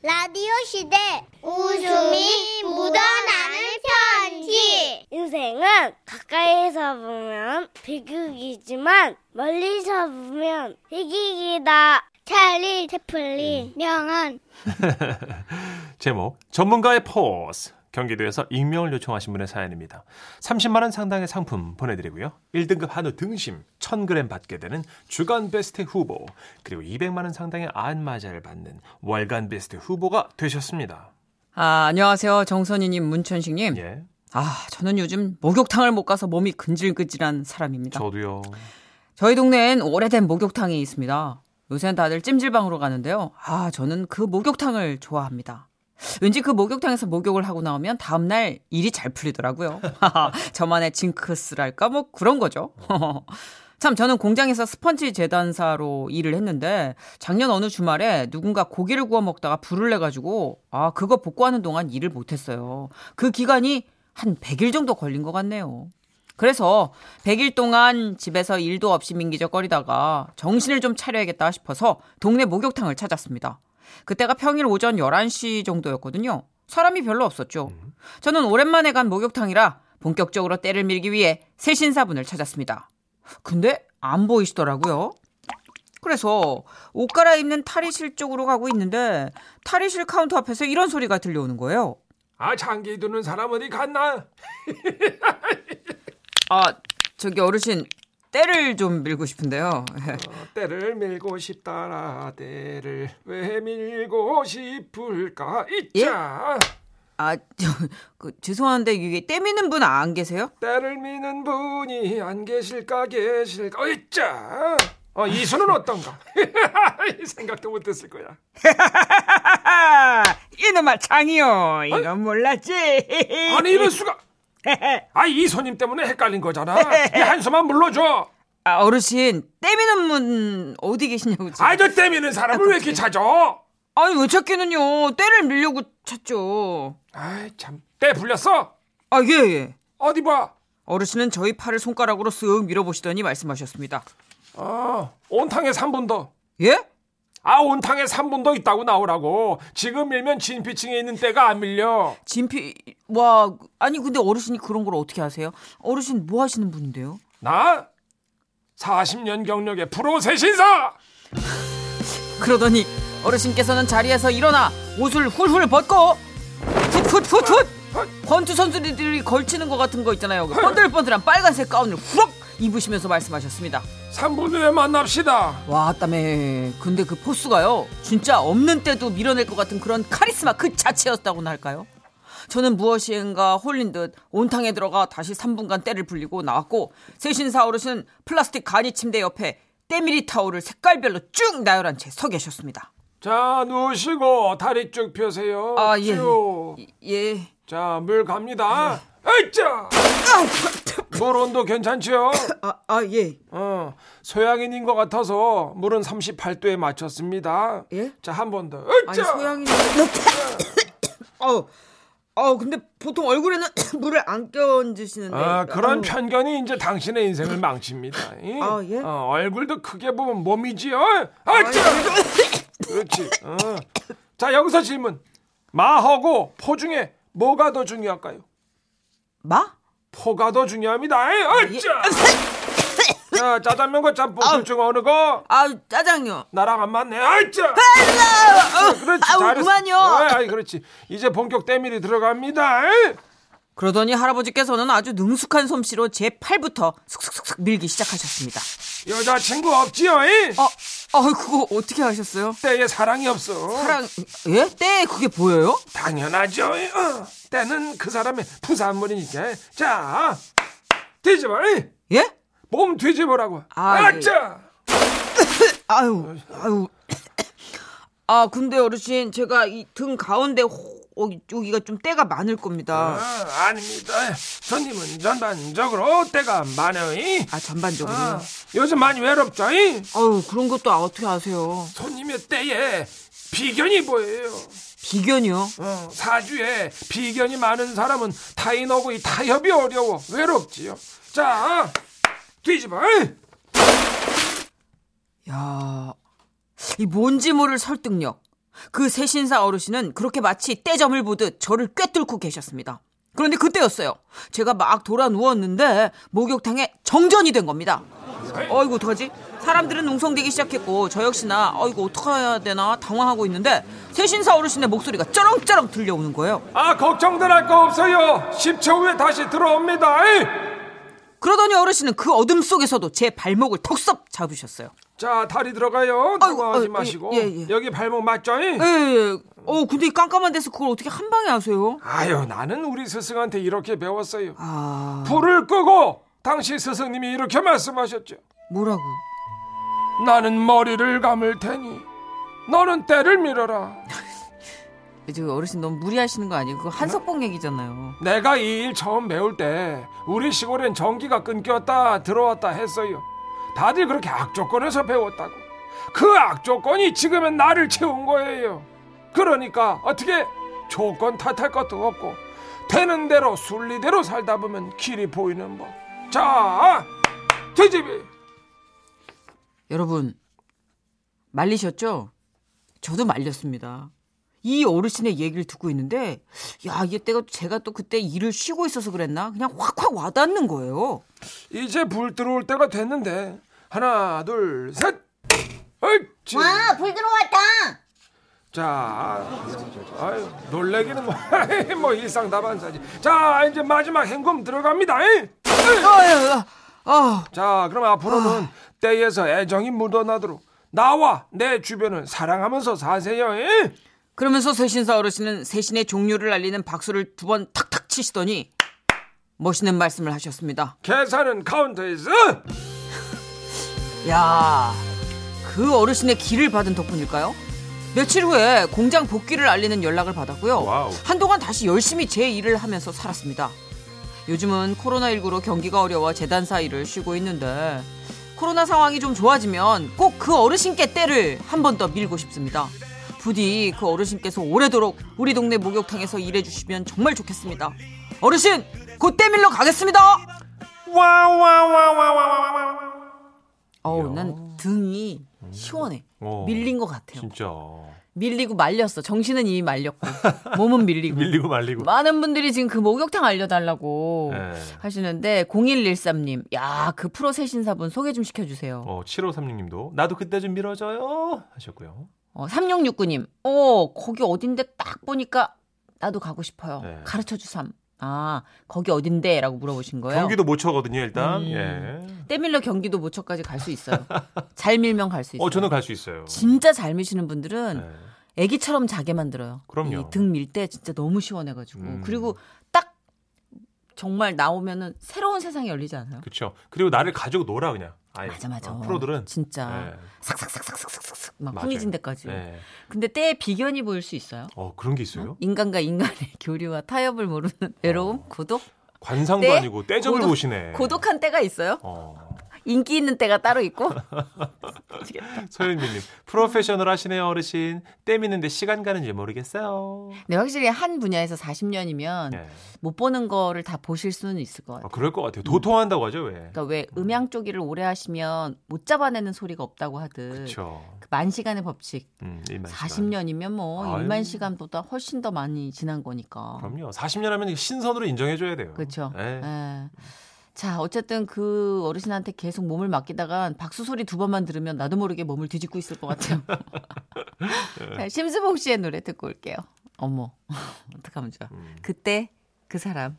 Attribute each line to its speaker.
Speaker 1: 라디오 시대 웃음이 묻어나는 편지
Speaker 2: 인생은 가까이서 보면 비극이지만 멀리서 보면 희극이다. 찰리 채플린 명언
Speaker 3: 제목 전문가의 포스 경기도에서 익명을 요청하신 분의 사연입니다. 30만 원 상당의 상품 보내드리고요. 1등급 한우 등심 1000g 받게 되는 주간 베스트 후보 그리고 200만 원 상당의 안마자를 받는 월간 베스트 후보가 되셨습니다.
Speaker 4: 아, 안녕하세요. 정선희님, 문천식님.
Speaker 3: 예,
Speaker 4: 아, 저는 요즘 목욕탕을 못 가서 몸이 근질근질한 사람입니다.
Speaker 3: 저도요.
Speaker 4: 저... 희 동네엔 오래된 목욕탕이 있습니다. 요새는 다들 찜질방으로 가는데요. 아, 저는 그 목욕탕을 좋아합니다. 왠지 그 목욕탕에서 목욕을 하고 나오면 다음날 일이 잘 풀리더라고요. 저만의 징크스랄까? 뭐 그런 거죠. 참, 저는 공장에서 스펀지 재단사로 일을 했는데, 작년 어느 주말에 누군가 고기를 구워 먹다가 불을 내가지고, 아, 그거 복구하는 동안 일을 못했어요. 그 기간이 한 100일 정도 걸린 것 같네요. 그래서 100일 동안 집에서 일도 없이 민기적거리다가 정신을 좀 차려야겠다 싶어서 동네 목욕탕을 찾았습니다. 그때가 평일 오전 11시 정도였거든요. 사람이 별로 없었죠. 저는 오랜만에 간 목욕탕이라 본격적으로 때를 밀기 위해 새 신사분을 찾았습니다. 근데 안 보이시더라고요. 그래서 옷 갈아입는 탈의실 쪽으로 가고 있는데 탈의실 카운터 앞에서 이런 소리가 들려오는 거예요.
Speaker 3: 아 장기 두는 사람 어디 갔나?
Speaker 4: 아, 저기 어르신, 때를 좀 밀고 싶은데요.
Speaker 3: 때를 밀고 싶다라 때를 왜 밀고 싶을까?
Speaker 4: 있자. 아, 저, 그, 죄송한데, 이게 때 미는 분 안 계세요?
Speaker 3: 때를 미는 분이 안 계실까 계실까 어이짜 어, 이수는 어떤가 생각도 못했을 거야
Speaker 5: 이놈아 장이요 이건 몰랐지
Speaker 3: 아니 이럴 수가 아 이수님 때문에 헷갈린 거잖아 이 한숨만 물러줘
Speaker 4: 아, 어르신, 때 미는 분 어디 계시냐고. 지금.
Speaker 3: 아저 때미는 사람을 왜 이렇게 찾아
Speaker 4: 아니, 왜 찾기는요? 때를 밀려고 찾죠.
Speaker 3: 아참때 불렸어
Speaker 4: 아, 예, 예.
Speaker 3: 어디 봐
Speaker 4: 어르신은 저희 팔을 손가락으로 쓱 밀어보시더니 말씀하셨습니다.
Speaker 3: 아, 온탕에 3분 더
Speaker 4: 예?
Speaker 3: 아, 온탕에 3분 더 있다고 나오라고. 지금 밀면 진피층에 있는 때가 안 밀려.
Speaker 4: 진피, 와, 아니, 근데 어르신이 그런 걸 어떻게 아세요? 어르신 뭐 하시는 분인데요?
Speaker 3: 나 40년 경력의 프로 세신사.
Speaker 4: 그러더니 어르신께서는 자리에서 일어나 옷을 훌훌 벗고 훗훗훗훗 권투 선수들이 걸치는 것 같은 거 있잖아요. 그 번들번들한 빨간색 가운을 후럭 입으시면서 말씀하셨습니다.
Speaker 3: 3분 후에 만납시다.
Speaker 4: 와, 땀에 근데 그 포스가요. 진짜 없는 때도 밀어낼 것 같은 그런 카리스마 그 자체였다고나 할까요? 저는 무엇인가 홀린 듯 온탕에 들어가 다시 3분간 때를 불리고 나왔고 세신사 어르신 플라스틱 간이 침대 옆에 때밀이 타올을 색깔별로 쭉 나열한 채 서 계셨습니다.
Speaker 3: 자, 누우시고 다리 쭉 펴세요.
Speaker 4: 아, 예.
Speaker 3: 쭉.
Speaker 4: 예.
Speaker 3: 자, 물 갑니다. 으쌰! 물 온도 괜찮지요?
Speaker 4: 아, 아 예.
Speaker 3: 어, 소양인인 것 같아서 물은 38도에 맞췄습니다.
Speaker 4: 예?
Speaker 3: 자, 한 번 더.
Speaker 4: 아니
Speaker 3: 으쌰!
Speaker 4: 소양이는 어. 어, 근데 보통 얼굴에는 물을 안 끼얹으시는데.
Speaker 3: 아, 그런
Speaker 4: 아우.
Speaker 3: 편견이 이제 당신의 인생을 망칩니다. 이?
Speaker 4: 네. 어. 아, 예?
Speaker 3: 어, 얼굴도 크게 보면 몸이지요. 아, 자. 그렇지. 어. 자, 여기서 질문. 마하고 포 중에 뭐가 더 중요할까요?
Speaker 4: 마?
Speaker 3: 포가 더 중요합니다.
Speaker 4: 아, 예.
Speaker 3: 어짜. 자, 짜장면과 짬뽕 둘중 어느 거?
Speaker 4: 아, 짜장요.
Speaker 3: 나랑 안 맞네. 어짜. 아, 그렇지.
Speaker 4: 아, 아우,
Speaker 3: 잘했어.
Speaker 4: 그만요.
Speaker 3: 어, 아이, 그렇지. 이제 본격 때밀이 들어갑니다. 에이?
Speaker 4: 그러더니 할아버지께서는 아주 능숙한 솜씨로 제 팔부터 슥슥슥 밀기 시작하셨습니다.
Speaker 3: 여자친구 없지요? 에이?
Speaker 4: 어, 어, 그거 어떻게 하셨어요?
Speaker 3: 때에 사랑이 없어.
Speaker 4: 사랑, 예? 때 그게 보여요?
Speaker 3: 당연하죠. 어, 때는 그 사람의 부산물이니까. 자, 뒤집어. 이.
Speaker 4: 예?
Speaker 3: 몸 뒤집으라고.
Speaker 4: 아,
Speaker 3: 아짜.
Speaker 4: 아유, 아유. 아, 근데 어르신, 제가 이 등 가운데 호- 어, 여기가 좀 때가 많을 겁니다.
Speaker 3: 아, 아닙니다. 손님은 전반적으로 때가 많아요. 이.
Speaker 4: 아, 전반적으로요.
Speaker 3: 아, 요즘 많이 외롭죠. 이.
Speaker 4: 아유, 그런 것도 아, 어떻게 아세요?
Speaker 3: 손님의 때에 비견이 보여요.
Speaker 4: 비견이요?
Speaker 3: 어, 사주에 비견이 많은 사람은 타인하고 이 타협이 어려워 외롭지요. 자, 뒤집어. 이.
Speaker 4: 야, 이 뭔지 모를 설득력. 그 세신사 어르신은 그렇게 마치 떼점을 보듯 저를 꿰뚫고 계셨습니다. 그런데 그때였어요. 제가 막 돌아 누웠는데 목욕탕에 정전이 된 겁니다. 어이구 어떡하지? 사람들은 웅성대기 시작했고 저 역시나 어이구 어떡해야 되나 당황하고 있는데 세신사 어르신의 목소리가 쩌렁쩌렁 들려오는 거예요.
Speaker 3: 아 걱정들 할 거 없어요. 10초 후에 다시 들어옵니다. 에이!
Speaker 4: 그러더니 어르신은 그 어둠 속에서도 제 발목을 턱섭 잡으셨어요.
Speaker 3: 자 다리 들어가요.
Speaker 4: 아이고,
Speaker 3: 당황하지
Speaker 4: 아이고,
Speaker 3: 마시고
Speaker 4: 예, 예.
Speaker 3: 여기 발목 맞죠? 잉?
Speaker 4: 예, 예. 어, 근데 이 깜깜한 데서 그걸 어떻게 한 방에 아세요?
Speaker 3: 아유 나는 우리 스승한테 이렇게 배웠어요.
Speaker 4: 아,
Speaker 3: 불을 끄고 당시 스승님이 이렇게 말씀하셨죠.
Speaker 4: 뭐라고?
Speaker 3: 나는 머리를 감을 테니 너는 때를 밀어라.
Speaker 4: 저 어르신 너무 무리하시는 거 아니에요? 그거 한석봉 얘기잖아요.
Speaker 3: 내가 이 일 처음 배울 때 우리 시골엔 전기가 끊겼다 들어왔다 했어요. 다들 그렇게 악조건에서 배웠다고. 그 악조건이 지금은 나를 채운 거예요. 그러니까 어떻게 조건 탓할 것도 없고 되는 대로 순리대로 살다 보면 길이 보이는 법. 자, 뒤집이.
Speaker 4: 여러분, 말리셨죠? 저도 말렸습니다. 이 어르신의 얘기를 듣고 있는데, 야, 이게 때가 제가 또 그때 일을 쉬고 있어서 그랬나? 그냥 확확 와닿는 거예요.
Speaker 3: 이제 불 들어올 때가 됐는데 하나, 둘, 셋. 옳지.
Speaker 1: 아, 불 들어왔다.
Speaker 3: 자, 아유, 놀래기는 뭐, 뭐 일상 다반사지. 자, 이제 마지막 행금 들어갑니다. 잉?
Speaker 4: 아, 아, 아,
Speaker 3: 자, 그럼 앞으로는 때에서 애정이 묻어나도록 나와 내 주변을 사랑하면서 사세요. 잉?
Speaker 4: 그러면서 세신사 어르신은 세신의 종류를 알리는 박수를 두 번 탁탁 치시더니 멋있는 말씀을 하셨습니다.
Speaker 3: 계산은 카운터에서.
Speaker 4: 야, 그 어르신의 기를 받은 덕분일까요? 며칠 후에 공장 복귀를 알리는 연락을 받았고요.
Speaker 6: 와우.
Speaker 4: 한동안 다시 열심히 제 일을 하면서 살았습니다. 요즘은 코로나19로 경기가 어려워 재단사 일을 쉬고 있는데 코로나 상황이 좀 좋아지면 꼭 그 어르신께 때를 한 번 더 밀고 싶습니다. 부디 그 어르신께서 오래도록 우리 동네 목욕탕에서 일해주시면 정말 좋겠습니다. 어르신, 곧 때 밀러 가겠습니다!
Speaker 6: 와와와와와와와.
Speaker 4: 어우, 난 등이 시원해.
Speaker 6: 어.
Speaker 4: 밀린 것 같아요.
Speaker 6: 진짜
Speaker 4: 밀리고 말렸어. 정신은 이미 말렸고 몸은 밀리고.
Speaker 6: 밀리고 말리고.
Speaker 4: 많은 분들이 지금 그 목욕탕 알려달라고
Speaker 6: 예.
Speaker 4: 하시는데 0113님, 야 그 프로 세신사분 소개 좀 시켜주세요.
Speaker 6: 어, 7536님도 나도 그때 좀 밀어줘요 하셨고요.
Speaker 4: 어, 3669님, 어 거기 어딘데 딱 보니까 나도 가고 싶어요.
Speaker 6: 네.
Speaker 4: 가르쳐 주삼. 아 거기 어딘데라고 물어보신 거예요.
Speaker 6: 경기도 모처거든요 일단.
Speaker 4: 음.
Speaker 6: 예.
Speaker 4: 때밀러 경기도 모처까지 갈 수 있어요. 잘 밀면 갈 수 있어요.
Speaker 6: 어 저는 갈 수 있어요.
Speaker 4: 진짜 잘 미시는 분들은
Speaker 6: 예.
Speaker 4: 애기처럼 자게 만들어요.
Speaker 6: 그럼요.
Speaker 4: 등 밀 때 진짜 너무 시원해가지고
Speaker 6: 음.
Speaker 4: 그리고 딱 정말 나오면은 새로운 세상이 열리지 않아요?
Speaker 6: 그렇죠. 그리고 나를 가지고 놀아 그냥. 아예.
Speaker 4: 그러니까. 맞아 맞아.
Speaker 6: 어, 프로들은
Speaker 4: 진짜
Speaker 6: 예.
Speaker 4: 싹싹싹싹싹싹 막
Speaker 6: 맞아요.
Speaker 4: 흥해진 데까지.
Speaker 6: 예.
Speaker 4: 근데 때에 비견이 보일 수 있어요.
Speaker 6: 어 그런 게 있어요?
Speaker 4: 인간과 인간의 교류와 타협을 모르는 외로움, 고독,
Speaker 6: 관상도
Speaker 4: 네.
Speaker 6: 아니고 떼점을
Speaker 4: 고독-
Speaker 6: 어. 보시네.
Speaker 4: 고독한 때가 있어요.
Speaker 6: 어.
Speaker 4: 인기 있는 때가 따로 있고. 미치겠다.
Speaker 6: 서윤미님 프로페셔널 하시네요 어르신 때 미는데 시간 가는지 모르겠어요.
Speaker 4: 네, 확실히 한 분야에서 40년이면
Speaker 6: 예.
Speaker 4: 못 보는 거를 다 보실 수는 있을 것 같아요.
Speaker 6: 아, 그럴 것 같아요. 도통한다고 하죠 왜?
Speaker 4: 그러니까 왜 음향 쪼기를 오래 하시면 못 잡아내는 소리가 없다고 하듯
Speaker 6: 그렇죠.
Speaker 4: 그만 시간의 법칙
Speaker 6: 음, 일만 시간.
Speaker 4: 40년이면 뭐
Speaker 6: 아유.
Speaker 4: 1만 시간보다 훨씬 더 많이 지난 거니까
Speaker 6: 그럼요. 40년 하면 신선으로 인정해줘야 돼요.
Speaker 4: 그렇죠.
Speaker 6: 예.
Speaker 4: 예. 자 어쨌든 그 어르신한테 계속 몸을 맡기다간 박수 소리 두 번만 들으면 나도 모르게 몸을 뒤집고 있을 것 같아요. 자,
Speaker 6: 음.
Speaker 4: 심수봉 씨의 노래 듣고 올게요. 어머 어떡하면 좋아. 그때 그 사람